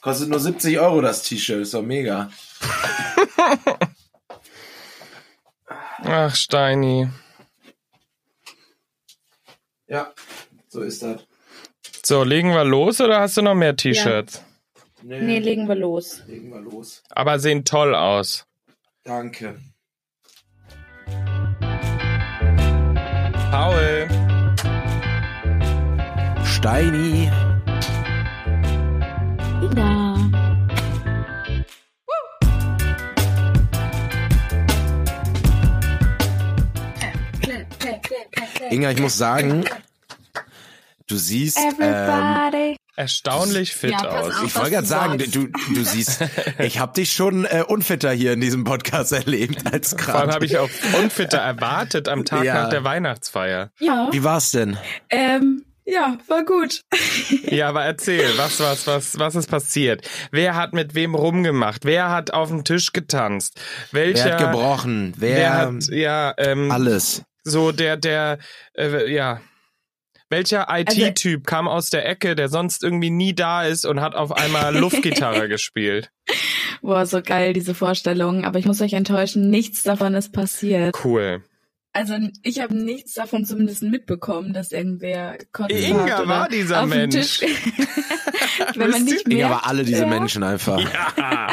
Kostet nur 70 Euro das T-Shirt, ist doch mega. Ach, Steini. Ja, so ist das. So, legen wir los oder hast du noch mehr T-Shirts? Nee, legen wir los. legen wir los. Aber sehen toll aus. Danke. Paul. Steini. Ida. Inga, ich muss sagen, du siehst. Ähm, Everybody. Erstaunlich fit Ja, pass aus. auf. ich wollte gerade du sagen, sagst. du, du siehst, ich habe dich schon äh, unfitter hier in diesem Podcast erlebt als Vor allem gerade. habe ich auch unfitter erwartet am Tag Ja. nach der Weihnachtsfeier. Ja, Wie war's denn? ähm, ja, war gut. Ja, aber erzähl, was, was, was, was ist passiert? Wer hat mit wem rumgemacht? Wer hat auf dem Tisch getanzt? Welcher? Wer hat gebrochen? Wer, äh, Wer hat, ja, ähm, alles? so der, der, äh, ja. Welcher Also IT-Typ kam aus der Ecke, der sonst irgendwie nie da ist und hat auf einmal Luftgitarre gespielt? Boah, so geil, diese Vorstellung. Aber ich muss euch enttäuschen, nichts davon ist passiert. Cool. Also ich habe nichts davon zumindest mitbekommen, dass irgendwer konnte. Inga oder war dieser auf dem Mensch. Tisch- Wenn man nicht Inga, mehr. aber alle diese Ja. Menschen einfach. Ja.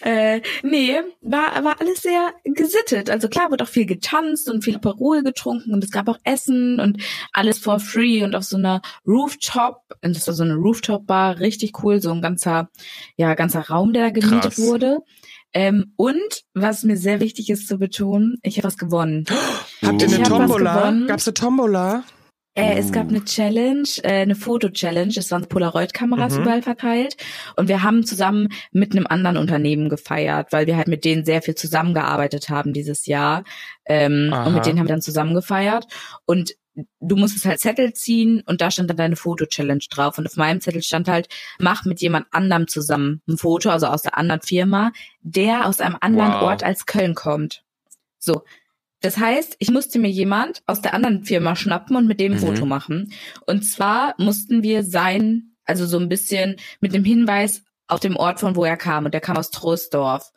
Äh, nee, war, war alles sehr gesittet. Also klar, wurde auch viel getanzt und viel Aperol getrunken und es gab auch Essen und alles for free und auf so einer Rooftop, und das war so eine Rooftop-Bar, richtig cool, so ein ganzer, ja, ganzer Raum, der da gemietet Krass. wurde. Ähm, und was mir sehr wichtig ist zu betonen, ich habe was gewonnen. Habt ihr Ich eine hab was Tombola? gewonnen. Gab's eine Tombola? Äh, es Mhm. gab eine Challenge, äh, eine Foto-Challenge. Es waren Polaroid-Kameras Mhm. überall verteilt. Und wir haben zusammen mit einem anderen Unternehmen gefeiert, weil wir halt mit denen sehr viel zusammengearbeitet haben dieses Jahr. Ähm, Aha. und mit denen haben wir dann zusammen gefeiert. Und du musstest halt Zettel ziehen und da stand dann deine Foto-Challenge drauf. Und auf meinem Zettel stand halt, mach mit jemand anderem zusammen ein Foto, also aus der anderen Firma, der aus einem anderen Wow. Ort als Köln kommt. So. Das heißt, ich musste mir jemand aus der anderen Firma schnappen und mit dem Mhm. ein Foto machen. Und zwar mussten wir sein, also so ein bisschen mit dem Hinweis auf dem Ort, von wo er kam. Und der kam aus Troisdorf.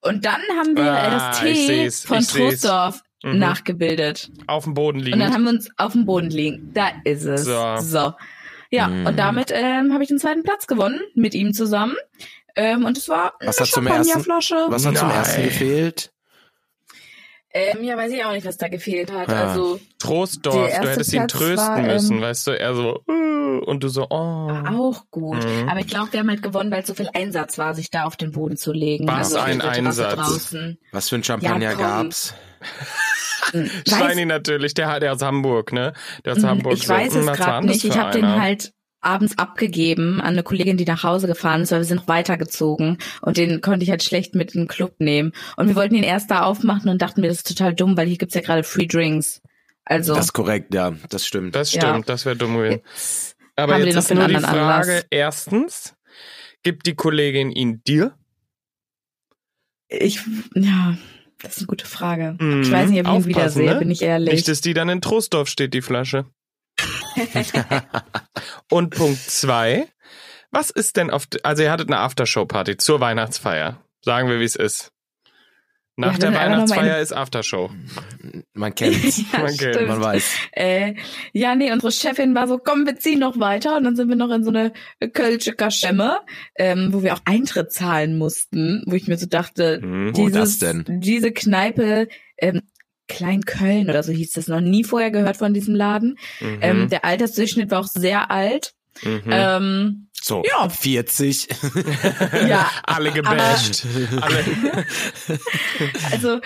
Und dann haben wir äh, das Ah, ich T seh's, von ich seh's. Troisdorf Mhm. nachgebildet. Auf dem Boden Und dann liegen. haben wir uns auf dem Boden liegen. Da ist es. So. So. Ja, Mm. und damit ähm, habe ich den zweiten Platz gewonnen, mit ihm zusammen. Ähm, und es war Was eine hat zum ersten- Champagnerflasche. Was hat zum Nein. ersten gefehlt? Ähm, ja, weiß ich auch nicht, was da gefehlt hat. Ja. Also, Der Trostdorf, erste du hättest ihn Platz trösten war, ähm, müssen, weißt du, er so, "Äh", und du so, oh. auch gut. Mhm. Aber ich glaube, wir haben halt gewonnen, weil es so viel Einsatz war, sich da auf den Boden zu legen. Also Was auf ein der Terrasse Einsatz. Draußen. Was für ein Champagner Ja, komm. gab's? Hm, Steini natürlich, der, hat- der aus Hamburg, ne? Der aus Hamburg. Mhm. Ich weiß so, "Hm, es was war gerade denn das nicht. Ich für habe den einer?" halt abends abgegeben an eine Kollegin, die nach Hause gefahren ist, weil wir sind noch weitergezogen und den konnte ich halt schlecht mit in den Club nehmen. Und wir wollten ihn erst da aufmachen und dachten mir, das ist total dumm, weil hier gibt's ja gerade Free Drinks. Also Das ist korrekt, ja, das stimmt. Das stimmt, Ja. das wäre dumm gewesen. jetzt- Aber haben wir jetzt noch ist für nur einen die anderen Frage, Anlass. erstens, gibt die Kollegin ihn dir? ich, ja, das ist eine gute Frage. Mhm. Ich weiß nicht, ob ich ihn Aufpassen, wiedersehe, ne? bin ich ehrlich. Nicht, dass die dann in Trostdorf steht, die Flasche. Und Punkt zwei, was ist denn auf, also ihr hattet eine Aftershow-Party zur Weihnachtsfeier. Sagen wir, wie es ist. Nach Ja, der dann einfach noch mal Weihnachtsfeier ist Aftershow. Man kennt's, ja, Man kennt, stimmt. man weiß. Äh, ja, nee, unsere Chefin war so, komm, wir ziehen noch weiter. Und dann sind wir noch in so eine Kölsche Kaschemme, ähm, wo wir auch Eintritt zahlen mussten, wo ich mir so dachte, Hm. Wo das dieses, denn? diese Kneipe, ähm, Klein-Köln oder so hieß das, noch nie vorher gehört von diesem Laden. Mhm. Ähm, der Altersdurchschnitt war auch sehr alt. mhm. Ähm, So, Ja. 40. ja, Alle gebasht. Alle. also,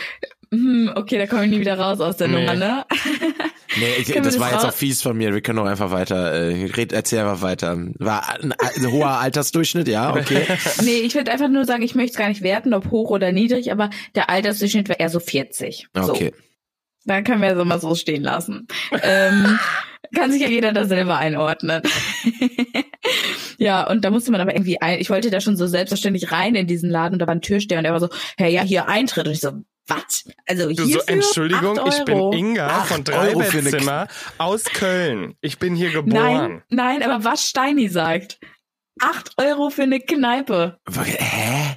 hm, okay, da komme ich nie wieder raus aus der Nee. Nummer, ne? Nee, ich, Können wir das das war jetzt raus- auch fies von mir. Wir können doch einfach weiter. Äh, red, erzähl einfach weiter. War ein, ein hoher Altersdurchschnitt, ja, okay. Nee, ich würde einfach nur sagen, ich möchte es gar nicht werten, ob hoch oder niedrig, aber der Altersdurchschnitt war eher so 40. So. Okay. Dann können wir das immer so stehen lassen. ähm, kann sich ja jeder da selber einordnen. ja, und da musste man aber irgendwie ein, ich wollte da schon so selbstverständlich rein in diesen Laden und da war ein Türsteher und der war so, hey, ja, hier Eintritt. Und ich so, was? Also Du so, hier Entschuldigung, ich bin Inga von Acht Euro für eine Dreibettzimmer aus Köln. Ich bin hier geboren. Nein, nein, aber was Steini sagt. Acht Euro für eine Kneipe. Hä?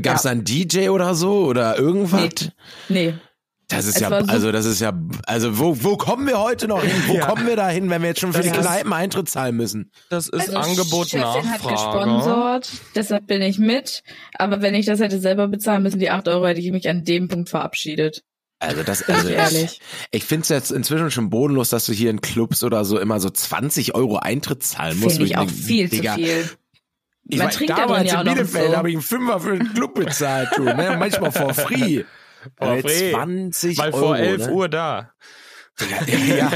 Gab es da einen DJ oder so oder irgendwas? Nee. Nee. Das ist Es ja, war so- also das ist ja, also wo, wo kommen wir heute noch hin? Wo Ja. kommen wir da hin, wenn wir jetzt schon für Das die ist- Kneipen Eintritt zahlen müssen? Das ist Also, Angebot Chefin hat Nachfrage. gesponsort, deshalb bin ich mit. Aber wenn ich das hätte selber bezahlen müssen, die acht Euro, hätte ich mich an dem Punkt verabschiedet. Also das, Bin also ich ehrlich. ich finde es jetzt inzwischen schon bodenlos, dass du hier in Clubs oder so immer so 20 Euro Eintritt zahlen musst. Finde wo ich auch denk, viel Digga, zu viel. Ich Man mein, trinkt ja damals dann ja in auch noch Bielefeld so. habe ich einen Fünfer für den Club bezahlt, du, ne? manchmal for free. For Äh, free. 20 Weil Euro, vor 11 ne? Uhr da. ja,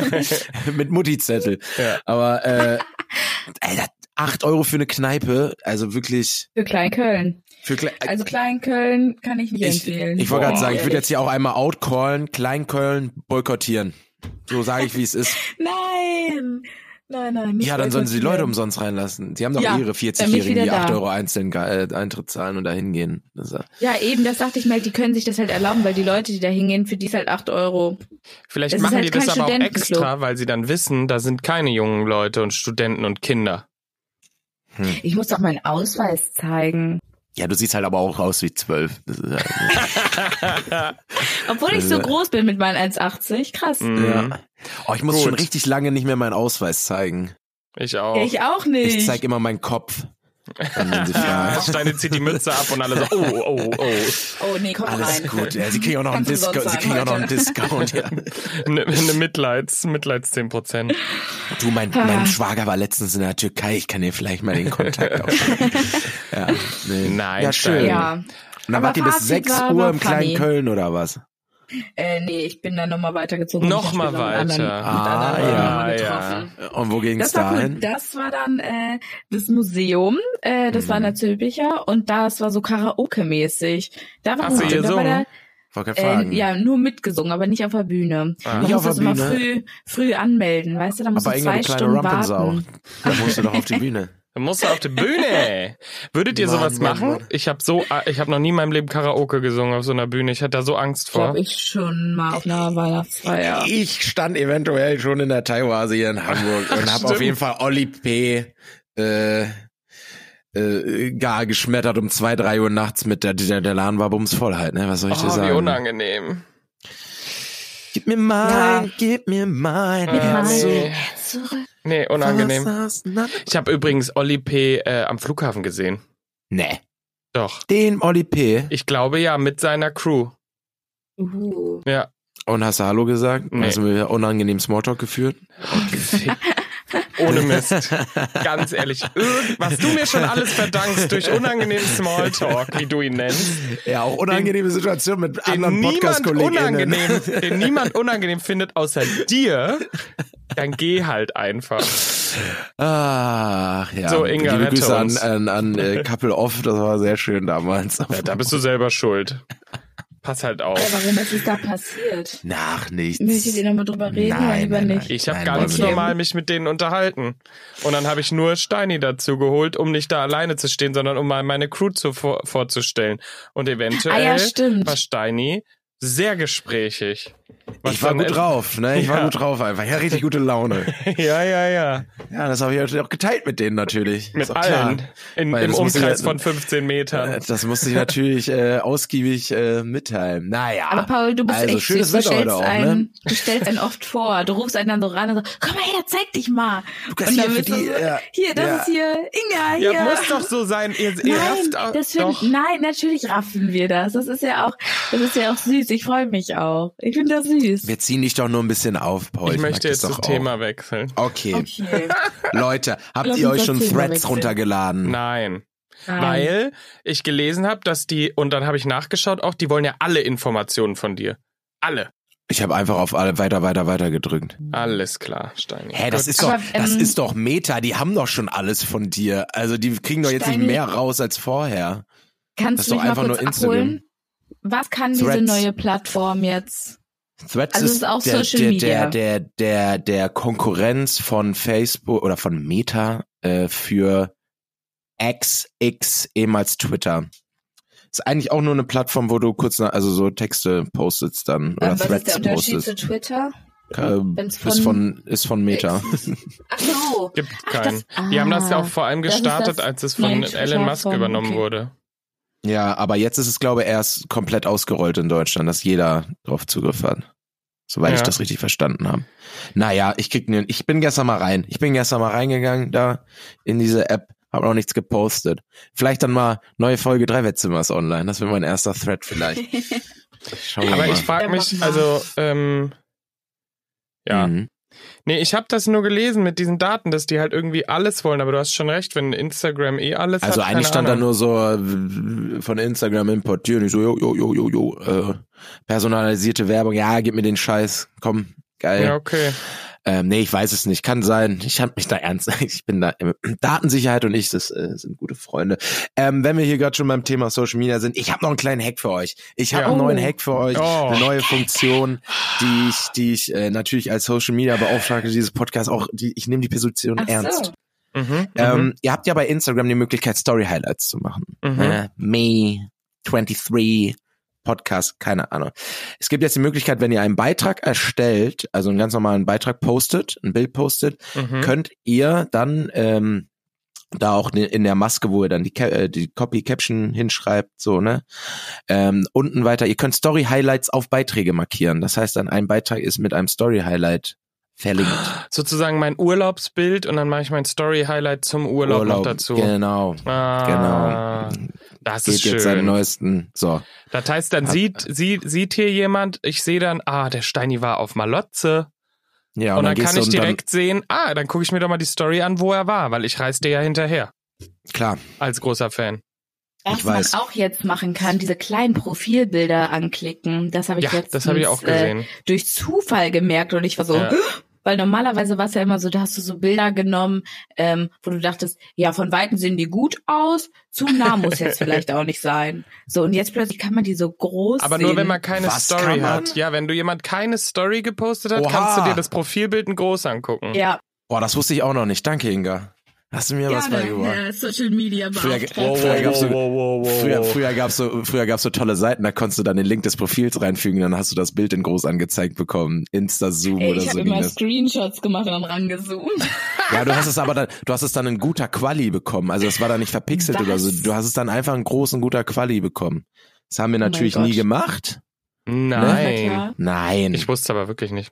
mit Mutti-Zettel. Ja. Aber äh, Alter, 8 Euro für eine Kneipe, also wirklich Für Kleinköln. für Kle Also Kleinköln kann ich nicht ich, empfehlen. ich wollte gerade Boah, sagen, ich würde ehrlich. jetzt hier auch einmal outcallen, Kleinköln boykottieren. So sage ich, wie es ist. Nein! Nein, nein. nicht Ja, dann sollen sie die boykottieren. Leute um- umsonst reinlassen. Die haben doch Ja, ihre dann bin ich 40-Jährigen, wieder die 8 da. Euro einzeln ge- äh, Eintritt zahlen und da hingehen. Das ist ja- Ja, eben, das dachte ich mir, die können sich das halt erlauben, weil die Leute, die da hingehen, für die ist halt acht Euro. Vielleicht Es ist machen halt die das kein aber auch Studentenclub. extra, weil sie dann wissen, da sind keine jungen Leute und Studenten und Kinder. Ich muss doch meinen Ausweis zeigen. Ja, du siehst halt aber auch aus wie 12. Das ist ja, Obwohl ich Äh. so groß bin mit meinen 1,80. Krass. Mhm. ja. Oh, ich muss Gut. schon richtig lange nicht mehr meinen Ausweis zeigen. Ich auch. Ja, ich auch nicht. Ich zeig immer meinen Kopf. Und wenn sie ja, fragen. Steine zieht die Mütze ab und alle so, oh, oh, oh. oh nee, komm Alles rein. gut. Ja, sie kriegen auch noch einen Kannst du sonst Discount. Sie sagen, kriegen auch noch einen Leute. Discount. Ja. Eine ne Mitleids, Mitleids 10%. Du, mein, Ah. mein Schwager war letztens in der Türkei. Ich kann dir vielleicht mal den Kontakt aufschreiben. ja, nee. Nein, Ja, schön. ja. Und dann Aber wart ihr bis Fazit 6 war- Uhr war im kleinen funny. Köln oder was? Äh, nee, ich bin dann nochmal weitergezogen. Noch Ich mal hab mich dann mit weiter. Anderen, mit Ah, anderen Leuten ja, nochmal ja. getroffen. Und wo ging's Das war, cool. dahin? das war dann äh, das Museum, äh, das Mhm. war in der Zülpicher und das war so Karaoke-mäßig. Da war Hast du gut. Da war gesungen? der, Wollte gerade fragen. äh, ja, nur mitgesungen, aber nicht auf der Bühne. Ah. Man Nicht muss auf der das immer Bühne? früh, früh anmelden, weißt du, da musst Aber du irgendeine zwei kleine Stunden Rampensau. warten. Da musst du doch auf die Bühne. Da musst du auf die Bühne. Würdet ihr Mann, sowas Mann, machen? Mann. Ich habe so, ah, ich habe noch nie in meinem Leben Karaoke gesungen auf so einer Bühne. Ich hatte da so Angst Ich glaub, vor. ich schon mal auf einer Weihnachtsfeier. Ich stand eventuell schon in der Taiwase hier in Hamburg und habe auf Stimmt. jeden Fall Olli P. Äh, äh, gar geschmettert um zwei, drei Uhr nachts mit der, der, der Laden war bums voll halt, ne? Was soll ich dir Oh, sagen? wie unangenehm. Gib mir mein, Ja. gib mir mein Äh, Herz nee. zurück. Zurück. nee, unangenehm. Was hast du na- Ich habe übrigens Olli P. Äh, am Flughafen gesehen. Nee, Doch. den Olli P. Ich glaube ja, mit seiner Crew. Uh. Ja. Und hast du Hallo gesagt? Nee. Hast du mir unangenehm Smalltalk geführt? Ohne Mist. Ganz ehrlich. Irgend- Was du mir schon alles verdankst durch unangenehmen Smalltalk, wie du ihn nennst. Ja, auch unangenehme Situation mit den anderen niemand Podcast-KollegInnen. unangenehm, den niemand unangenehm findet außer dir, dann geh halt einfach. Ach ja. So, Inga, Liebe rette Grüße an, uns. an, an äh, Couple Off, das war sehr schön damals. Ja, da bist du selber schuld. Pass halt Ja, auf. warum, was ist da passiert? Nach nichts. Möchtet ihr nochmal drüber reden oder Nein, lieber nein, nicht? Ich habe Nein, ganz wollen wir nicht. normal mich mit denen unterhalten. Und dann habe ich nur Steini dazu geholt, um nicht da alleine zu stehen, sondern um mal meine Crew zu, vor, vorzustellen. Und eventuell Ah ja, stimmt. war Steini sehr gesprächig. Was Ich war dann gut et- drauf, ne? Ich war Ja. gut drauf einfach. Ja, richtig gute Laune. Ja, ja, ja. Ja, das habe ich natürlich auch geteilt mit denen natürlich. Mit Ist auch allen. klar. In, Weil Im das muss ich Umkreis ja- von 15 Metern. Äh, Das musste ich natürlich äh, ausgiebig äh, mitteilen. Naja. Aber Paul, du bist also, echt schönes süß. Du Wetter stellst, heute auch, einen, ne? du stellst einen oft vor. Du rufst einen dann so ran und so, komm mal her, zeig dich mal. Lukas, und dann hier für bist du die, so, ja, hier, das ja. ist hier, Inga, hier. Ja, muss doch so sein. Ihr, ihr Nein, rafft auch- das find, doch. nein, natürlich raffen wir das. Das ist ja auch, das ist ja auch süß. Ich freue mich auch. Ich finde das süß. Wir ziehen dich doch nur ein bisschen auf, Paul. Ich mag möchte das jetzt das doch auch. Thema wechseln. Okay. Okay. Leute, habt Lass ihr uns euch das schon Thema Threads wechseln. runtergeladen? Nein. Nein. Weil ich gelesen habe, dass die, und dann habe ich nachgeschaut, auch die wollen ja alle Informationen von dir. Alle. Ich habe einfach auf alle weiter, weiter, weiter gedrückt. Alles klar, Steini. Hä, das Gut. ist doch, Aber, ähm, das ist doch Meta. Die haben doch schon alles von dir. Also die kriegen doch jetzt Steini- nicht mehr raus als vorher. das Kannst ist du doch mich mal einfach kurz nur Instagram. abholen? Was kann diese Threads. neue Plattform jetzt? Threads Also es ist, ist auch der, Social der, Media. der, der, der, der Konkurrenz von Facebook oder von Meta äh, für XX ehemals Twitter. Ist eigentlich auch nur eine Plattform, wo du kurz, nach, also so Texte postest dann oder Ähm, was Threads ist der Unterschied postest. zu Twitter? Äh, Wenn's ist, von- von, ist von Meta. Ach so. Ah. Gibt das- keinen. Die haben das ja auch vor allem das ist gestartet, das als es neue von Twitter Elon Musk von- übernommen okay. wurde. ja, aber jetzt ist es, glaube ich, erst komplett ausgerollt in Deutschland, dass jeder drauf Zugriff hat. Soweit ich Ja. das richtig verstanden habe. Naja, ich krieg ne, ich bin gestern mal rein. Ich bin gestern mal reingegangen da in diese App, habe noch nichts gepostet. Vielleicht dann mal neue Folge drei Wettzimmers online. Das wäre mein erster Thread vielleicht. Schauen wir Aber mal. ich Ja, frage mach mich, mal. also, ähm, ja. Mhm. Nee, ich habe das nur gelesen mit diesen Daten, dass die halt irgendwie alles wollen, aber du hast schon recht, wenn Instagram eh alles Also hat. eigentlich keine stand da Ahnung. nur so äh, von Instagram Import hier und ich so, jo, jo, jo, jo, jo, äh, personalisierte Werbung, ja, gib mir den Scheiß, komm, geil. Ja, okay. Ähm, nee, ich weiß es nicht, kann sein. Ich hab mich da ernst, ich bin da, Datensicherheit und ich, das äh, sind gute Freunde. Ähm, wenn wir hier gerade schon beim Thema Social Media sind, ich habe noch einen kleinen Hack für euch. Ich habe Ja. einen neuen Oh. Hack für euch, Oh. eine neue Funktion, die ich, die ich äh, natürlich als Social Media Beauftragte dieses Podcasts auch, die, ich nehme die Position Ach so. ernst. Mhm, Ähm, Ihr habt ja bei Instagram die Möglichkeit, Story-Highlights zu machen. mhm, mhm. Ne? Me, 23, Podcast, keine Ahnung. Es gibt jetzt die Möglichkeit, wenn ihr einen Beitrag erstellt, also einen ganz normalen Beitrag postet, ein Bild postet, Mhm. könnt ihr dann ähm, da auch ne- in der Maske, wo ihr dann die, Ca- äh, die Copy Caption hinschreibt, so, ne? Ähm, unten weiter, ihr könnt Story Highlights auf Beiträge markieren. Das heißt, dann ein Beitrag ist mit einem Story Highlight verlinkt. Sozusagen mein Urlaubsbild und dann mache ich mein Story-Highlight zum Urlaub, noch dazu. Genau. Ah, genau. Das geht ist jetzt seinen schön. neuesten. So. Das heißt, dann Hab- sieht, sie, sieht hier jemand, ich sehe dann, ah, der Steini war auf Malotze. Ja, Und, dann gehst kann du ich und dann- direkt sehen, ah, dann gucke ich mir doch mal die Story an, wo er war, weil ich reise dir ja hinterher, klar. als großer Fan. Was Ich weiß. man auch jetzt machen kann, diese kleinen Profilbilder anklicken. Das habe ich Ja, jetzt das habe ich auch gesehen. Äh, durch Zufall gemerkt und ich war so, Ja. weil normalerweise war es ja immer so, da hast du so Bilder genommen, ähm, wo du dachtest, ja, von weitem sehen die gut aus, zu nah muss jetzt vielleicht auch nicht sein. So, und jetzt plötzlich kann man die so groß Aber sehen. nur wenn man keine Was Story kann man? hat. Ja, wenn du jemand keine Story gepostet hat, Oha. kannst du dir das Profilbild in groß angucken. Ja, Boah, das wusste ich auch noch nicht. Danke, Inga. Hast du mir was beigebracht? Social Media Früher, früher gab's so, früher, früher gab's so, früher gab's so tolle Seiten, da konntest du dann den Link des Profils reinfügen, dann hast du das Bild in groß angezeigt bekommen. Insta-Zoom Ey, oder ich so habe ging immer das. Screenshots gemacht und dann rangezoomt. Ja, du hast es aber dann, du hast es dann in guter Quali bekommen. Also es war dann nicht verpixelt Was? Oh oder so. Du hast es dann einfach in großen guter Quali bekommen. Das haben wir mein natürlich Gott. nie gemacht. Nein. Nein. Ich wusste aber wirklich nicht.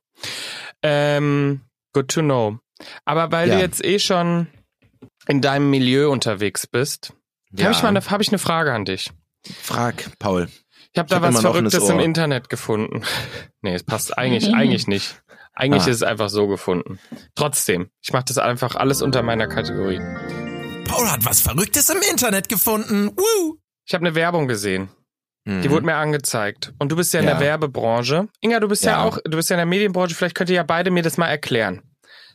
Ähm, good to know. Aber weil Ja. du jetzt eh schon in deinem Milieu unterwegs bist, Ja. habe ich mal eine, hab ich eine Frage an dich. Frag, Paul. Ich habe da hab was immer noch ein Verrücktes im Ohr. Internet gefunden. nee, es passt eigentlich, eigentlich nicht. Eigentlich Ah. ist es einfach so gefunden. Trotzdem, ich mache das einfach alles unter meiner Kategorie. Paul hat was Verrücktes im Internet gefunden. Woo! Ich habe eine Werbung gesehen. Mhm. Die wurde mir angezeigt. Und du bist ja in Ja. der Werbebranche. Inga, du bist ja. Ja. auch, du bist ja in der Medienbranche. Vielleicht könnt ihr ja beide mir das mal erklären.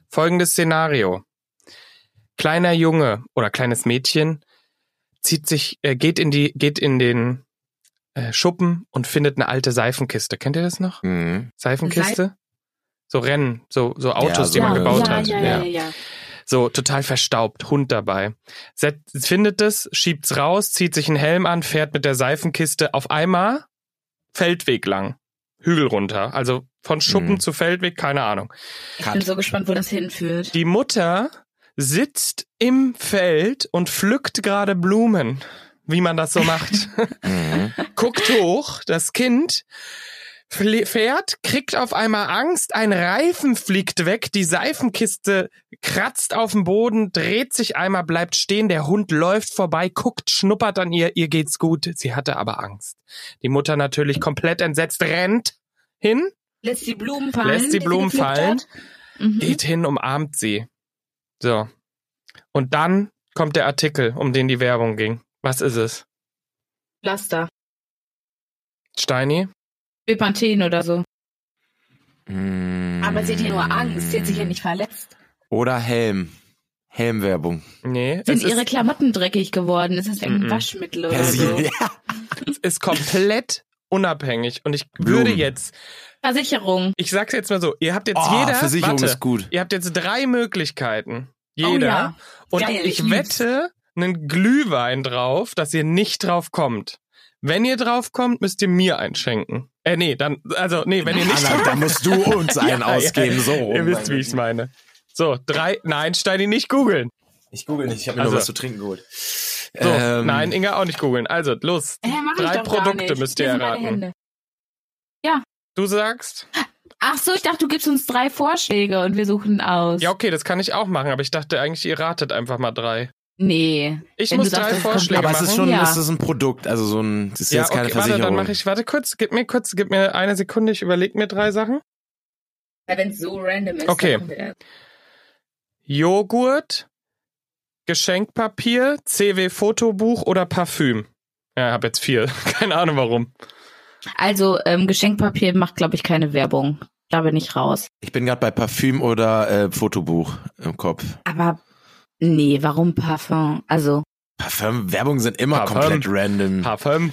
Folgendes Szenario. Kleiner Junge oder kleines Mädchen zieht sich, äh, geht in die, geht in den äh, Schuppen und findet eine alte Seifenkiste. Kennt ihr das noch? Mhm. Seifenkiste? so Rennen, so, so Autos, die so man eine- gebaut ja, hat. Ja, ja, ja. So, total verstaubt, Hund dabei. Set, findet es, schiebt's raus, zieht sich einen Helm an, fährt mit der Seifenkiste auf einmal Feldweg lang. Hügel runter. Also von Schuppen Mhm. zu Feldweg, keine Ahnung. Ich bin so gespannt, wo das hinführt. Die Mutter sitzt im Feld und pflückt gerade Blumen, wie man das so macht. Mhm. Guckt hoch, das Kind fli- fährt, kriegt auf einmal Angst, ein Reifen fliegt weg, die Seifenkiste kratzt auf den Boden, dreht sich einmal, bleibt stehen, der Hund läuft vorbei, guckt, schnuppert an ihr, ihr geht's gut, sie hatte aber Angst. Die Mutter natürlich komplett entsetzt rennt hin, Lässt die Blumen fallen. Lässt die sie Blumen gepflückt fallen. hat. Mhm. geht hin, umarmt sie. So. Und dann kommt der Artikel, um den die Werbung ging. Was ist es? Pflaster. Steini? Bepanthen oder so. Mhm. Aber sie hat ja nur Angst, sie hat sich ja nicht verletzt. Oder Helm. Helmwerbung. Nee. Sind es ist- ihre Klamotten dreckig geworden? Ist es irgendein Mhm. Waschmittel oder so? Persil. Ja. ist komplett unabhängig. Und ich Blumen. würde jetzt, Versicherung. ich sag's jetzt mal so, ihr habt jetzt Oh, jeder, Versicherung warte, ist gut. ihr habt jetzt drei Möglichkeiten. Jeder. Oh ja. Und Geil, ich, ich lieb's. wette einen Glühwein drauf, dass ihr nicht drauf kommt. Wenn ihr drauf kommt, müsst ihr mir einschenken. Äh, nee, dann, also, nee, wenn ihr nicht. Anna, da musst du uns einen ausgeben, so. oh Ihr wisst, wie ich es meine. So, drei. Nein, Steini, nicht googeln. Ich google nicht, ich habe mir nur nur was was zu zu trinken geholt. So, Ähm, nein, Inga auch nicht googeln. Also, los. Hä, mach Drei ich doch gar Produkte nicht. müsst Hier ihr sind meine erraten. Hände. Du sagst? Ach so, ich dachte, du gibst uns drei Vorschläge und wir suchen aus. Ja, okay, das kann ich auch machen, aber ich dachte eigentlich, ihr ratet einfach mal drei. Nee. Ich Wenn muss du sagst, drei das kommt- Vorschläge aber machen. es ist schon, Ja. es ist ein Produkt, also so ein, das ist ja, jetzt keine okay, warte, Versicherung. dann mache ich, warte kurz, gib mir kurz, gib mir eine Sekunde, ich überlege mir drei Sachen. Wenn es so random ist. Okay. dann kommt er- Joghurt, Geschenkpapier, CW-Fotobuch oder Parfüm. Ja, hab jetzt vier. Keine Ahnung warum. Also, ähm, Geschenkpapier macht, glaube ich, keine Werbung. Da bin ich raus. Ich bin gerade bei Parfüm oder äh, Fotobuch im Kopf. Aber nee, warum Parfum? Also, Parfüm, Werbung sind immer Parfüm. komplett random. Parfüm.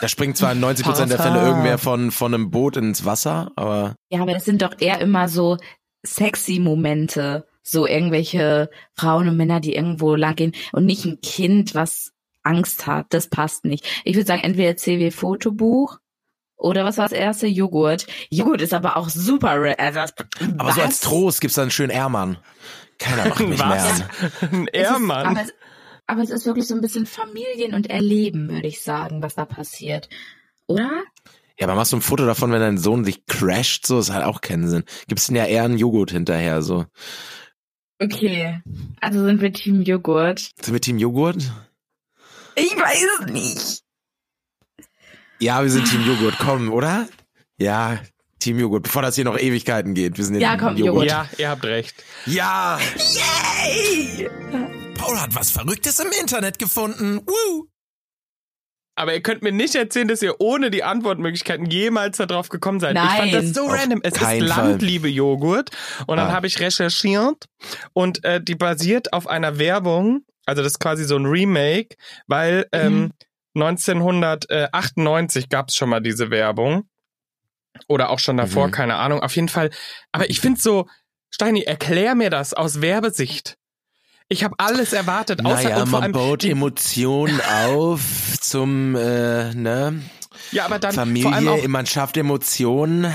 Da springt zwar in 90 Prozent der Fälle Parfum. irgendwer von, von einem Boot ins Wasser, aber ja, aber das sind doch eher immer so sexy Momente. So irgendwelche Frauen und Männer, die irgendwo lang gehen und nicht ein Kind, was Angst hat. Das passt nicht. Ich würde sagen, entweder CW-Fotobuch oder was war das erste? Joghurt. Joghurt ist aber auch super. ra- Also, Aber so als Trost gibt's dann schön Ehrmann. Keiner macht mich mehr Was? an. Ein Es ist- Ehrmann. Aber es, aber es ist wirklich so ein bisschen Familien und Erleben, würde ich sagen, was da passiert. Oder? Ja, aber machst du ein Foto davon, wenn dein Sohn sich crasht, so, das hat auch keinen Sinn. Gibt's denn ja eher einen Joghurt hinterher, so. Okay. Also sind wir Team Joghurt. Sind wir Team Joghurt? Ich weiß es nicht. Ja, wir sind Team Joghurt, komm, oder? Ja, Team Joghurt, bevor das hier noch Ewigkeiten geht. Wir sind jetzt Ja, Team komm, Joghurt. Ja, ihr habt recht. Ja! Yay! Paul hat was Verrücktes im Internet gefunden. Woo! Aber ihr könnt mir nicht erzählen, dass ihr ohne die Antwortmöglichkeiten jemals darauf gekommen seid. Ich fand Nein. das so Auf random. Es ist keinen Fall. Landliebe-Joghurt. Und dann Ah. habe ich recherchiert und äh, die basiert auf einer Werbung. Also das ist quasi so ein Remake, weil Mhm. ähm, 1998 gab es schon mal diese Werbung. Oder auch schon davor, Mhm. keine Ahnung. Auf jeden Fall. Aber ich finde so, Steini, erklär mir das aus Werbesicht. Ich habe alles erwartet, außer Naja, und vor man allem baut die Emotionen auf zum, äh, ne, ja, aber dann vor allem auch Familie, man schafft Emotionen.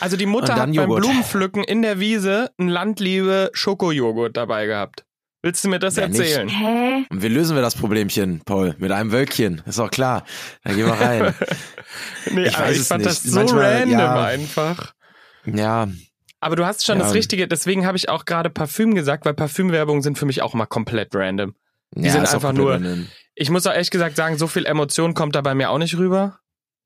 Also die Mutter Und hat dann beim Joghurt. Blumenpflücken in der Wiese einen Landliebe Schokojoghurt dabei gehabt. Willst du mir das Ja, nicht. erzählen? Hä? Und wie lösen wir das Problemchen, Paul? Mit einem Wölkchen, ist auch klar. Da gehen wir rein. Nee, Ich aber weiß ich es fand nicht. das so Manchmal, random ja. einfach. ja, Aber du hast schon Ja. das Richtige, deswegen habe ich auch gerade Parfüm gesagt, weil Parfümwerbungen sind für mich auch mal komplett random. die sind einfach nur- Ich muss auch ehrlich gesagt sagen, so viel Emotion kommt da bei mir auch nicht rüber.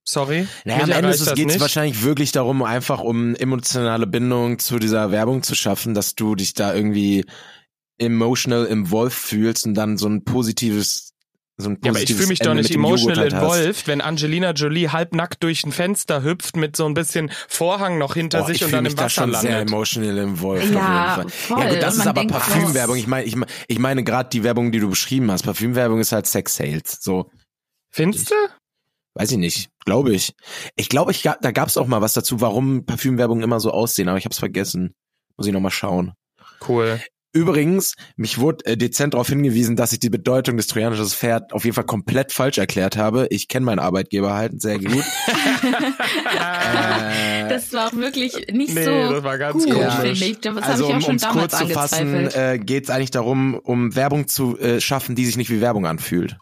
Sorry. Naja, Mich am Ende erreicht geht das es nicht. wahrscheinlich wirklich darum, einfach um emotionale Bindung zu dieser Werbung zu schaffen, dass du dich da irgendwie emotional involved fühlst und dann so ein positives, so ein positives Ja, aber ich fühle mich doch Ende nicht mit dem Joghurt emotional halt hast. involved, wenn Angelina Jolie halbnackt durch ein Fenster hüpft mit so ein bisschen Vorhang noch hinter Boah, sich ich und fühl dann mich im da Wasser schon sehr landet. emotional involved Ja, auf jeden Fall. voll. Ja, gut, das Und ist man aber denkt auch- Parfümwerbung. Ich meine, ich, mein- ich meine gerade die Werbung, die du beschrieben hast. Parfümwerbung ist halt Sex Sales. So, Findest du? weiß ich nicht, glaube ich. Ich glaube, ich ga- da gab es auch mal was dazu, warum Parfümwerbung immer so aussehen, aber ich habe es vergessen. Muss ich noch mal schauen. Cool. Übrigens, mich wurde äh, dezent darauf hingewiesen, dass ich die Bedeutung des trojanischen Pferd auf jeden Fall komplett falsch erklärt habe. Ich kenne meinen Arbeitgeber halt sehr gut. äh, Das war auch wirklich nicht Nee, das so war ganz gut, komisch. finde ich. Das also um habe ich auch schon um's damals kurz zu fassen, äh, angezweifelt. geht es eigentlich darum, um Werbung zu äh, schaffen, die sich nicht wie Werbung anfühlt.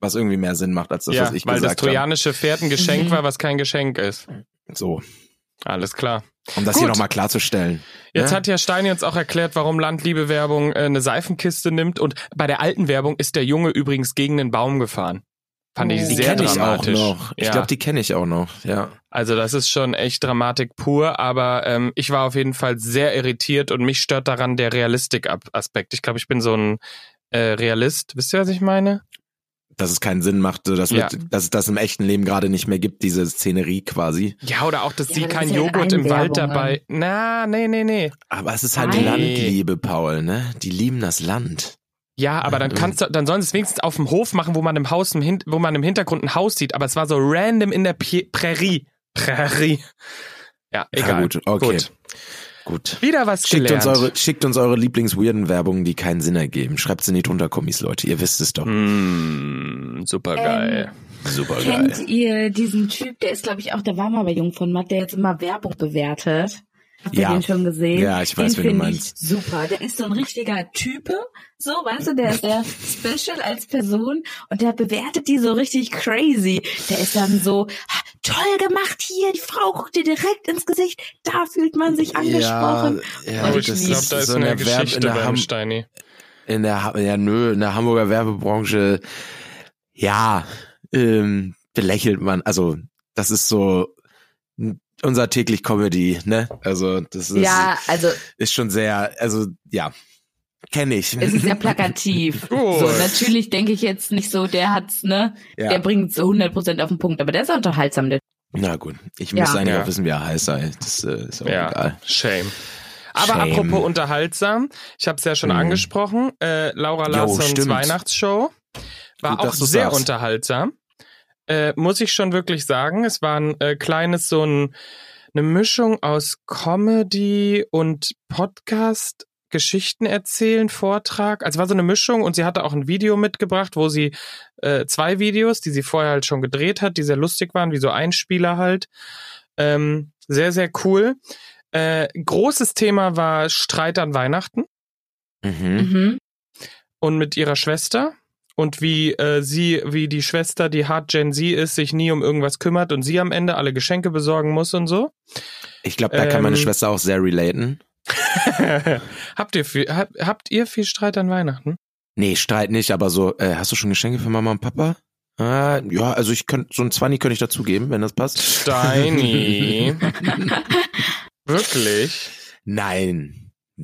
Was irgendwie mehr Sinn macht, als das, ja, was ich weil das gesagt habe. trojanische Pferd ein Geschenk Mhm. war, was kein Geschenk ist. So, Alles klar. um das Gut. hier nochmal klarzustellen. Jetzt Ja. hat ja Steini uns auch erklärt, warum Landliebe-Werbung äh, eine Seifenkiste nimmt. Und bei der alten Werbung ist der Junge übrigens gegen den Baum gefahren. Fand ich Oh. Die sehr kenne ich auch dramatisch. noch. Ich ja. glaube, die kenne ich auch noch, ja. also das ist schon echt Dramatik pur, aber ähm, ich war auf jeden Fall sehr irritiert und mich stört daran der Realistik-Aspekt. Ich glaube, ich bin so ein äh, Realist. Wisst ihr, was ich meine? dass es keinen Sinn macht, so dass, Ja. mit, dass es das im echten Leben gerade nicht mehr gibt, diese Szenerie quasi. Ja, oder auch, dass Ja, sie aber das kein ist ja Joghurt im Wald Einwerbung. dabei... Na, nee, nee, nee. Aber es ist halt Nein. Landliebe, Paul, ne? Die lieben das Land. Ja, aber dann Mhm. kannst du, dann sollen sie es wenigstens auf dem Hof machen, wo man im Haus, im Hin wo man im Hintergrund ein Haus sieht. Aber es war so random in der Pi- Prärie. Prärie. Ja, egal. gut, okay. Gut. Wieder was Schickt gelernt. uns eure, schickt uns eure Lieblings-Weirden-Werbungen, die keinen Sinn ergeben. Schreibt sie nicht runter, Kommis, Leute. Ihr wisst es doch. Hm. Hm, Mm, super geil. super Kennt ihr diesen Typ, der ist, glaube ich, auch, der war mal bei Jung von Matt, der jetzt immer Werbung bewertet? Habt ihr Ja. den schon gesehen? Ja, ich weiß, den wen du find meinst. Ich super. Der ist so ein richtiger Type. So, weißt du, der ist sehr special als Person und der bewertet die so richtig crazy. Der ist dann so, "Ah, toll gemacht hier, die Frau guckt dir direkt ins Gesicht, da fühlt man sich angesprochen. Ja, ja Aber Oh, ich das glaube, ist da ist so eine eine Werb Geschichte in der, beim Ham Steini. in der Ha- ja nö, in der Hamburger Werbebranche. Ja, ähm, belächelt man. Also das ist so n- unser täglich Comedy, ne? Also das ist, ja, also ist schon sehr, also ja, kenne ich. es ist sehr plakativ. Gut. So, natürlich denke ich jetzt nicht so, der hat's, ne? Der ja. bringt so 100% auf den Punkt, aber der ist unterhaltsam, der Na gut, ich Ja. müsste eigentlich Ja. auch wissen, wie er heißt. sei. Das äh, ist auch Ja. egal. Shame. Aber Shame. apropos unterhaltsam, ich habe es ja schon Mhm. angesprochen, äh, Laura Jo, Larsons stimmt. Weihnachtsshow war Gut, auch dass du's sehr sagst. unterhaltsam. Äh, muss ich schon wirklich sagen, es war ein äh, kleines, so ein, eine Mischung aus Comedy und Podcast, Geschichten erzählen, Vortrag. Also war so eine Mischung und sie hatte auch ein Video mitgebracht, wo sie äh, zwei Videos, die sie vorher halt schon gedreht hat, die sehr lustig waren, wie so Einspieler halt. Ähm, sehr, sehr cool. Äh, großes Thema war Streit an Weihnachten Mhm. Mhm. und mit ihrer Schwester und wie äh, sie, wie die Schwester, die hart Gen Z ist, sich nie um irgendwas kümmert und sie am Ende alle Geschenke besorgen muss und so. Ich glaube, da kann meine Ähm. Schwester auch sehr relaten. habt ihr viel, hab, habt ihr viel Streit an Weihnachten? Nee, Streit nicht, aber so, äh, hast du schon Geschenke für Mama und Papa? Ah, ja, also ich könnte, so ein 20 könnte ich dazugeben, wenn das passt. Steini. Wirklich? Nein.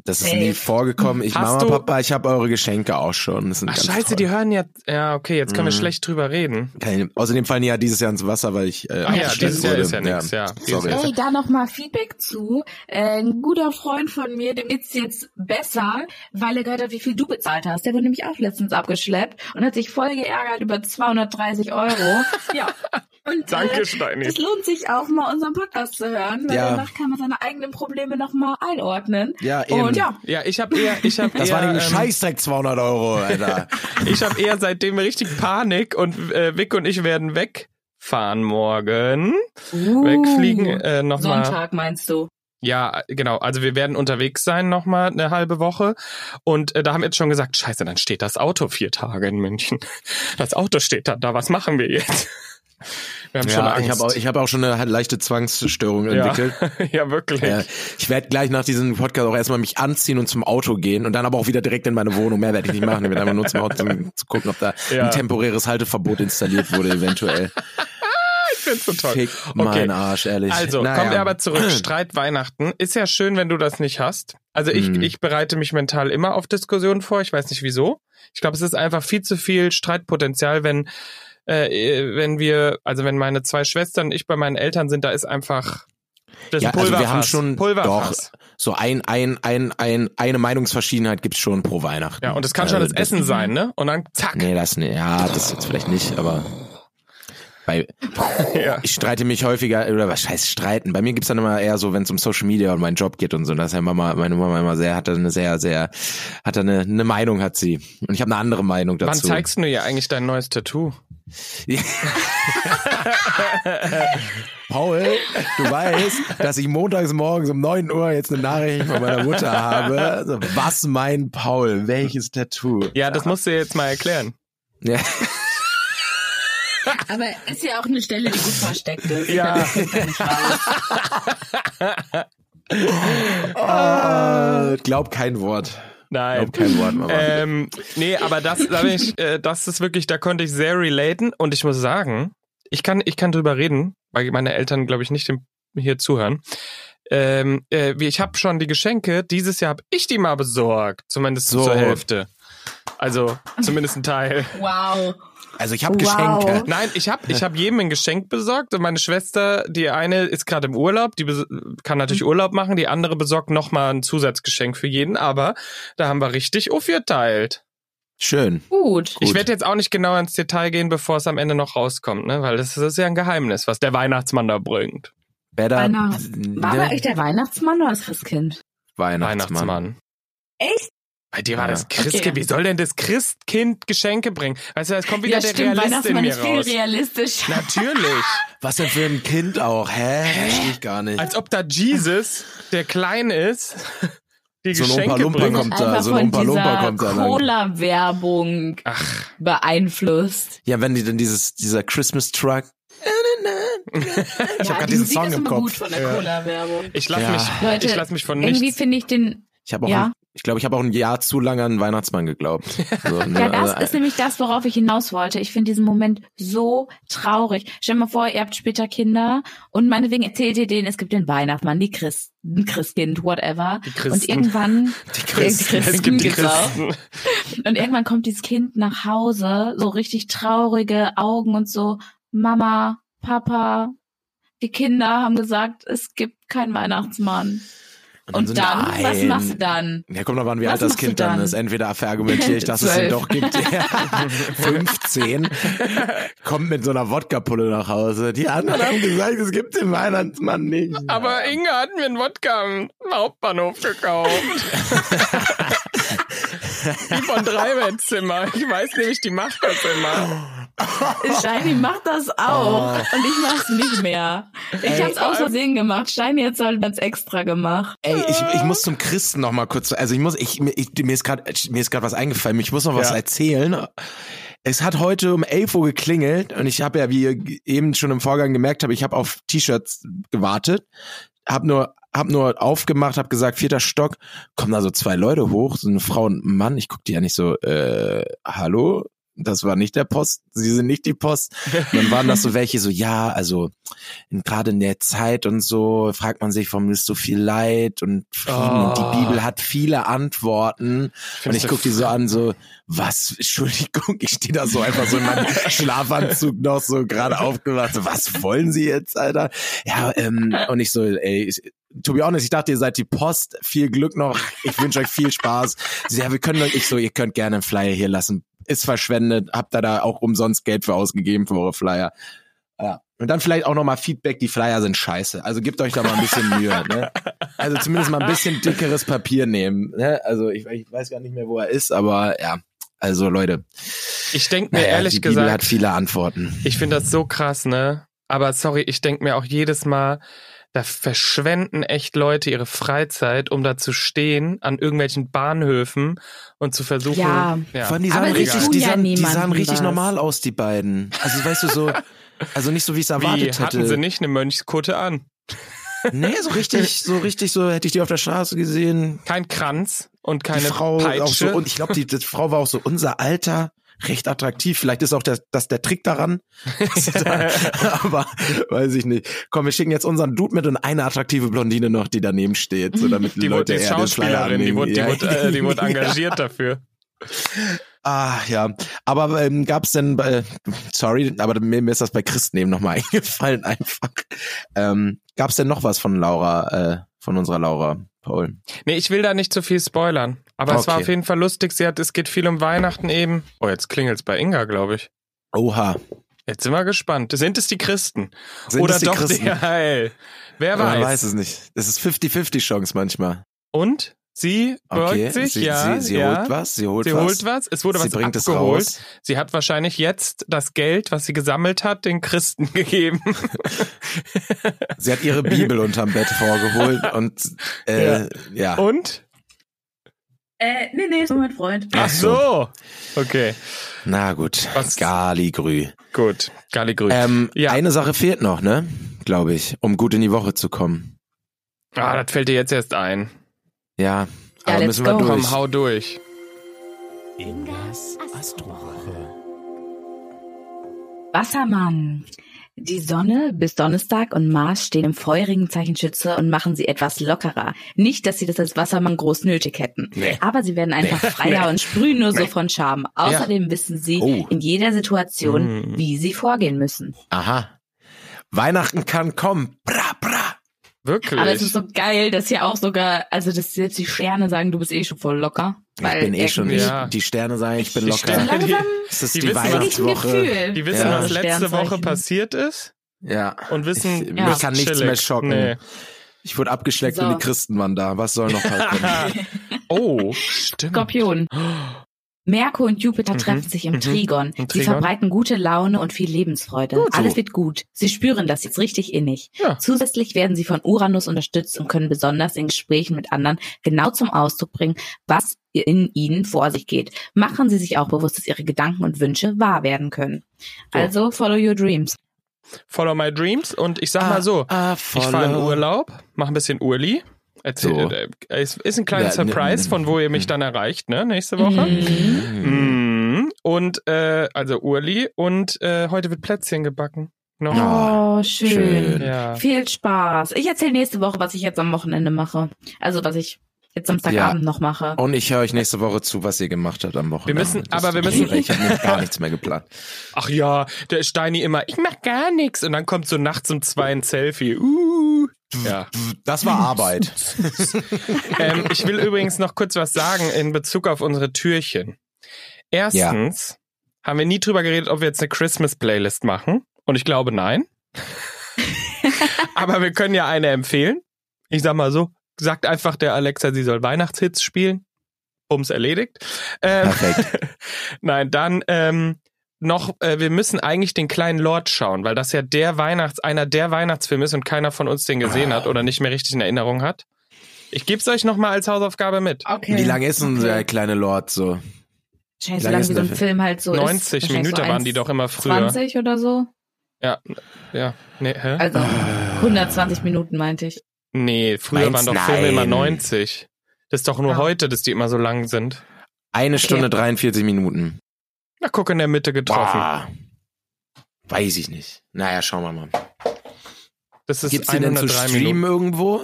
Das ist Safe. nie vorgekommen. Ich, Hast Mama, du- Papa, ich habe eure Geschenke auch schon. Das sind Ach ganz scheiße, toll. die hören ja. Ja, okay, jetzt können wir Mhm. schlecht drüber reden. Keine, außerdem fallen die ja dieses Jahr ins Wasser, weil ich äh, Ach Ah ja, abgestellt dieses Jahr wurde. ist ja nix, ja. Dieses Sorry. Jahr Ey, da nochmal Feedback zu. Äh, ein guter Freund von mir, dem geht's jetzt besser, weil er gehört hat, wie viel du bezahlt hast. Der wurde nämlich auch letztens abgeschleppt und hat sich voll geärgert über 230 Euro. ja. Und, Danke, Äh, Steini. es lohnt sich auch mal unseren Podcast zu hören, weil Ja. danach kann man seine eigenen Probleme nochmal einordnen. Ja, eben. Und ja, Ja, ich habe eher, ich habe Das eher, war nämlich ähm, Scheißdreck 200 Euro, Alter. Ich habe eher seitdem richtig Panik und äh, Vic und ich werden wegfahren morgen. uh, Wegfliegen äh, nochmal. Sonntag meinst du? Ja, genau. Also wir werden unterwegs sein nochmal eine halbe Woche. Und äh, da haben wir jetzt schon gesagt, scheiße, dann steht das Auto vier Tage in München. Das Auto steht da, da was machen wir jetzt? Wir haben schon ja, Angst. ich habe auch, ich hab auch schon eine leichte Zwangsstörung entwickelt. ja. ja, wirklich. Äh, ich werde gleich nach diesem Podcast auch erstmal mich anziehen und zum Auto gehen und dann aber auch wieder direkt in meine Wohnung. Mehr werde ich nicht machen. Ich werde einfach nur zum Auto um zu gucken, ob da Ja. ein temporäres Halteverbot installiert wurde, eventuell. Ich find's so toll. Fick mein Arsch, ehrlich. Also, Naja. kommen wir aber zurück. Streit Weihnachten. Ist ja schön, wenn du das nicht hast. Also ich, Mhm. ich bereite mich mental immer auf Diskussionen vor. Ich weiß nicht wieso. Ich glaube, es ist einfach viel zu viel Streitpotenzial, wenn, äh, wenn wir, also wenn meine zwei Schwestern und ich bei meinen Eltern sind, da ist einfach das Ja, Pulverfass. also wir haben schon Pulverfass. doch so ein, ein, ein, ein, eine Meinungsverschiedenheit gibt's schon pro Weihnachten. Ja, und es kann schon Also das Essen sein, ne? Und dann zack. Nee, das nee, ja, das jetzt vielleicht nicht, aber bei, Ja. ich streite mich häufiger oder was heißt streiten. Bei mir gibt's dann immer eher so, wenn es um Social Media und meinen Job geht und so, dass ja Mama, meine Mama immer sehr hat da eine sehr sehr hat da eine, eine Meinung hat sie und ich habe eine andere Meinung Wann dazu. zeigst du ihr eigentlich dein neues Tattoo? Paul, du weißt, dass ich montags morgens um 9 Uhr jetzt eine Nachricht von meiner Mutter habe. So, was meint Paul? Welches Tattoo? Ja, das musst du ihr jetzt mal erklären. Ja. Aber ist ja auch eine Stelle, die gut versteckt ist. Ja. Ah, glaub kein Wort. Nein. Glaub kein Wort, Mama. Ähm, nee, aber das, da bin ich, äh, das ist wirklich, da konnte ich sehr relaten und ich muss sagen, ich kann, ich kann drüber reden, weil meine Eltern, glaube ich, nicht dem, hier zuhören. Ähm, äh, wie- ich habe schon die Geschenke, dieses Jahr habe ich die mal besorgt, zumindest So. zur Hälfte. Also zumindest ein Teil. Wow. also ich habe Wow. Geschenke. Nein, ich habe ich hab jedem ein Geschenk besorgt und meine Schwester, die eine ist gerade im Urlaub, die bes- kann natürlich Urlaub machen, die andere besorgt nochmal ein Zusatzgeschenk für jeden, aber da haben wir richtig aufgeteilt. Schön. Gut. Ich werde jetzt auch nicht genau ins Detail gehen, bevor es am Ende noch rauskommt, ne? Weil das ist ja ein Geheimnis, was der Weihnachtsmann da bringt. Better. Weihnacht- War bei Ne? euch der Weihnachtsmann oder das Christkind? Weihnachtsmann. Weihnachtsmann. Echt? Bei dir war Ja. das Christkind. Okay. Wie soll denn das Christkind Geschenke bringen? Weißt du, das kommt wieder ja, der stimmt. Realist in Weihnachtsmann mir ist viel raus. realistischer. Natürlich. Was denn für ein Kind auch, hä? Also- Verstehe ich gar nicht. Als ob da Jesus, der klein ist, die So ein Geschenke Oompa-Loompa bringt. kommt. da, Einfach so ein von Oompa Loompa dieser kommt da lang. Cola-Werbung Ach, beeinflusst. Ja, wenn die denn dieses, dieser Christmas Truck. Ich hab grad diesen Song im Kopf. Gut von der Ja. Cola-Werbung. ich lass Ja. mich, Leute, ich lass mich von Irgendwie nichts. finde ich den Ich habe auch, Ja. ein, ich glaube, ich habe auch ein Jahr zu lange an den Weihnachtsmann geglaubt. So, ne? Ja, das Also, ist nämlich das, worauf ich hinaus wollte. Ich finde diesen Moment so traurig. Stell dir mal vor, ihr habt später Kinder und meinetwegen erzählt ihr denen, es gibt den Weihnachtsmann, die Christen, Christkind, whatever. Die Und Christen. irgendwann, die Christen, es gibt die genau. Christen. und irgendwann kommt dieses Kind nach Hause, so richtig traurige Augen und so, Mama, Papa, die Kinder haben gesagt, es gibt keinen Weihnachtsmann. dann Und so, dann, was nein. machst du dann? Ja, komm doch mal, an, wie Was alt das machst Kind du dann dann? ist. Entweder verargumentiere ich, dass es ihn Zwölf. doch gibt. Ja. 15. Kommt mit so einer Wodka-Pulle nach Hause. Die anderen haben gesagt, es gibt den Weihnachtsmann nicht. Aber Inge hat mir einen Wodka am Hauptbahnhof gekauft. die von Dreibettzimmer. Ich weiß nämlich, die macht das immer. Äh, Steini macht das auch. Und ich mach's nicht mehr. Ich hab's aus Versehen gemacht. Steini hat es halt ganz extra gemacht. Ey, ich, ich muss zum Christen noch mal kurz. Also ich muss, ich, mir- ich mir ist gerade mir ist gerade was eingefallen. Ich muss noch was Ja. erzählen. Es hat heute um 11 Uhr geklingelt und ich habe ja, wie ihr eben schon im Vorgang gemerkt habt, ich habe auf T-Shirts gewartet, habe nur hab nur aufgemacht, habe gesagt, vierter Stock, kommen da so zwei Leute hoch, so eine Frau und ein Mann. Ich guck die ja nicht so, äh, hallo, das war nicht der Post, sie sind nicht die Post. Und dann waren das so welche so, ja, also in- gerade in der Zeit und so fragt man sich, warum ist so viel Leid und Frieden und Oh. die Bibel hat viele Antworten. Und Ah. ich guck die so an, so, was, Entschuldigung, ich stehe da so einfach so in meinem Schlafanzug noch so gerade aufgewacht, so, was wollen sie jetzt, Alter? Ja, ähm, und ich so, ey, ich, to be honest, ich dachte, ihr seid die Post, viel Glück noch, ich wünsche euch viel Spaß. Sie, ja, wir können euch, ich so, ihr könnt gerne einen Flyer hier lassen, ist verschwendet, habt da da auch umsonst Geld für ausgegeben für eure Flyer. Ja. Und dann vielleicht auch nochmal Feedback, die Flyer sind scheiße. Also gebt euch da mal ein bisschen Mühe. Ne? Also zumindest mal ein bisschen dickeres Papier nehmen. Ne? Also ich, ich weiß gar nicht mehr, wo er ist, aber ja. Also Leute, Ich denke mir naja, ehrlich die gesagt, Bibel hat viele Antworten. Ich finde das so krass, ne? Aber sorry, ich denke mir auch jedes Mal, da verschwenden echt Leute ihre Freizeit, um da zu stehen an irgendwelchen Bahnhöfen und zu versuchen. Ja. Vor allem, die Aber sahen sie richtig, tun die ja sahen, die sahen niemandem richtig was. normal aus, die beiden. Also weißt du so, also nicht so, wie ich es Wie erwartet hatten sie hätte. nicht eine Mönchskutte an? Nee, so richtig, so richtig, so hätte ich die auf der Straße gesehen. Kein Kranz und Die keine Frau auch so, Peitsche. und ich glaube, die, die Frau war auch so unser Alter, recht attraktiv. Vielleicht ist auch der, das der Trick daran. Aber weiß ich nicht. Komm, wir schicken jetzt unseren Dude mit und eine attraktive Blondine noch, die daneben steht, so damit die, die Leute wurde die eher den Flyer Schauspielerin, die annehmen. wurde, die, Ja. wurde, äh, die wurde engagiert dafür. Ah ja, aber ähm, gab's denn bei, sorry, aber mir, mir ist das bei Christen eben nochmal eingefallen einfach. Ähm, gab's denn noch was von Laura, äh, von unserer Laura, Paul? Nee, ich will da nicht zu viel spoilern. Aber es war Okay. auf jeden Fall lustig. Sie hat, es geht viel um Weihnachten eben. Oh, jetzt klingelt's bei Inga, glaube ich. Oha, Jetzt sind wir gespannt. Sind es die Christen? sind Oder es die doch Christen? der Heil? Wer Man weiß. weiß es nicht. Es ist 50-50 Chance manchmal. Und sie beugt Okay, sich, sie, ja. sie, sie ja. holt was, sie holt Sie was. holt was, es wurde sie was bringt es abgeholt. raus. Sie hat wahrscheinlich jetzt das Geld, was sie gesammelt hat, den Christen gegeben. Sie hat ihre Bibel unterm Bett vorgeholt und äh, ja. Und? Äh, nee, nee, ist nur mein Freund. Ach Ach so. Okay, Na gut, Was- Galigrü. gut. Galligrün. Ähm, Ja. Eine Sache fehlt noch, ne? Glaube ich, um gut in die Woche zu kommen. ah, das fällt dir jetzt erst ein. Ja, Ja, aber let's müssen wir go. durch. Komm, hau durch. Wassermann. Die Sonne bis Donnerstag und Mars stehen im feurigen Zeichen Schütze und machen sie etwas lockerer. Nicht, dass sie das als Wassermann groß nötig hätten. Aber sie werden einfach freier und sprühen nur so von Charme. Außerdem wissen sie Oh. in jeder Situation, Mm. wie sie vorgehen müssen. Aha. Weihnachten kann kommen. Bra, bra. Wirklich. Aber es ist so geil, dass hier auch sogar, also dass selbst die Sterne sagen, du bist eh schon voll locker. Ich bin eh schon, irgendwie- ich, Ja. die Sterne sagen, ich bin Die locker. Sterne- Langsam es ist die die, wissen, was- krieg ich ein Weihnachtswoche. Gefühl. die wissen, Ja. was letzte Sternzeichen. Woche passiert ist Ja. und wissen, Ich- was mich kann nichts chillig. mehr schocken. Nee. Ich wurde abgeschleckt So. und die Christen waren da. Was soll noch passieren? oh, stimmt. Skorpion. Merkur und Jupiter Mhm, treffen sich mhm. im Trigon. Im Sie Trigon. verbreiten gute Laune und viel Lebensfreude. Gut so. Alles wird gut. Sie spüren das jetzt richtig innig. Ja. Zusätzlich werden sie von Uranus unterstützt und können besonders in Gesprächen mit anderen genau zum Ausdruck bringen, was in ihnen vor sich geht. Machen sie sich auch bewusst, dass ihre Gedanken und Wünsche wahr werden können. So. Also follow your dreams. Follow my dreams und ich sag mal so, Ah, ich fahre in follow. Urlaub, mach ein bisschen Urli. Erzähl, So. äh, es ist ein kleiner Ja, ne- Surprise, von wo ihr mich dann erreicht, ne, nächste Woche. Mhm. Hm. Mhm. Und, äh, also Urli und äh, heute wird Plätzchen gebacken. Noch. Oh, Ah, schön. schön. Ja. Viel Spaß. Ich erzähle nächste Woche, was ich jetzt am Wochenende mache. Also was ich jetzt Samstagabend noch mache. Und ich höre euch nächste Woche zu, was ihr gemacht habt am Wochenende. Wir müssen- Das- aber wir müssen- Ich habe nämlich gar nichts mehr geplant. Ach ja, der Steini immer, ich mach gar nichts. Und dann kommt so nachts um zwei ein Selfie. Uh. Ja. Das war Arbeit. ähm, ich will übrigens noch kurz was sagen in Bezug auf unsere Türchen. Erstens haben wir nie drüber geredet, ob wir jetzt eine Christmas-Playlist machen. Und ich glaube, nein. Aber wir können ja eine empfehlen. Ich sag mal so, sagt einfach der Alexa, sie soll Weihnachtshits spielen. Bums erledigt. Ähm, Perfekt. Nein, dann ähm, noch, äh, wir müssen eigentlich den kleinen Lord schauen, weil das ja der Weihnachts, einer der Weihnachtsfilme ist und keiner von uns den gesehen Ah. hat oder nicht mehr richtig in Erinnerung hat. Ich geb's euch nochmal als Hausaufgabe mit. Okay. Wie lange ist denn Okay. der kleine Lord so? Wahrscheinlich Wie so lange lange ist wie so ein der Film halt so 90 ist. Wahrscheinlich Minuten so waren die doch immer früher. 20 oder so. Ja. Nee, hä? Also Ah. 120 Minuten meinte ich. nee früher waren Meinst doch Filme nein. immer 90. Das ist doch nur Ah. heute, dass die immer so lang sind. Eine Stunde 43 Minuten. Na, guck, in der Mitte getroffen. Boah. Weiß ich nicht. Naja, schauen wir mal. Das ist Gibt's den denn zu 103 streamen Minuten. irgendwo?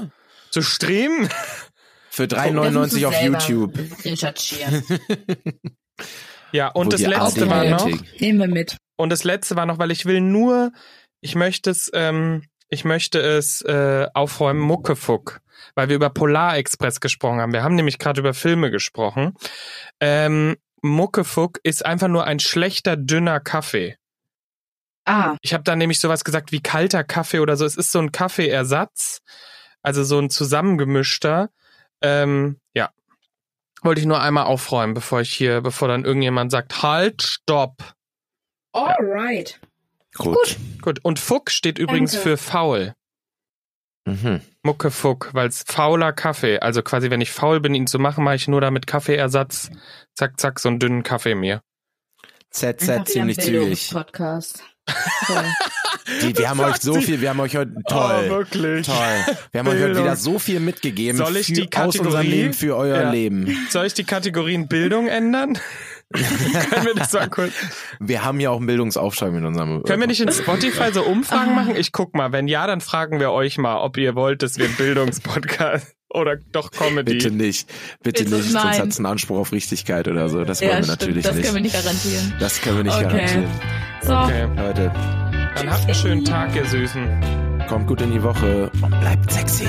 Zu streamen? Für Das musst 3,99 du auf selber YouTube. Recherchieren. Ja, und Wo das die letzte ARD war noch, Mediathek. Nehmen wir mit. Und das letzte war noch, weil ich will nur, ich möchte es, ähm, ich möchte es äh, aufräumen, Muckefuck, weil wir über Polar Express gesprochen haben. Wir haben nämlich gerade über Filme gesprochen. Ähm, Muckefuck ist einfach nur ein schlechter, dünner Kaffee. Ah, Ich habe da nämlich sowas gesagt wie kalter Kaffee oder so. Es ist so ein Kaffeeersatz, also so ein zusammengemischter. Ähm, ja, wollte ich nur einmal aufräumen, bevor ich hier, bevor dann irgendjemand sagt, halt, stopp. alright. Gut. Gut, und Fuck steht übrigens Danke. für faul. Mhm. Mucke Fuck, weil's fauler Kaffee. Also quasi, wenn ich faul bin, ihn zu machen, mache ich nur damit Kaffeeersatz. Zack, zack, so einen dünnen Kaffee mir. ZZ ziemlich zügig. Podcast. Toll. Die, wir haben euch so viel, wir haben euch heute toll. Oh, wirklich. Toll. Wir haben euch heute Bildung. wieder so viel mitgegeben Soll ich für, die aus unserem Kategorie? Leben für euer Ja. Leben. Soll ich die Kategorien Bildung ändern? Können wir das mal kurz. Wir haben ja auch einen Bildungsaufschlag mit unserem. Können wir nicht in Spotify so Umfragen machen? Ich guck mal. Wenn ja, dann fragen wir euch mal, ob ihr wollt, dass wir ein Bildungspodcast oder doch Comedy. äh, Bitte nicht, bitte Bitte nicht, sonst nein. hat's einen Anspruch auf Richtigkeit oder so. Das wollen ja, wir stimmt. natürlich Das nicht. können wir nicht garantieren. das können wir nicht Okay. garantieren. So, Okay. Leute, Dann habt einen schönen Tag, ihr Süßen. kommt gut in die Woche und bleibt sexy.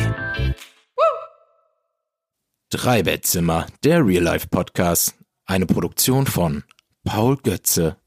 Drei Bettzimmer, der Real Life Podcast. Eine Produktion von Paul Götze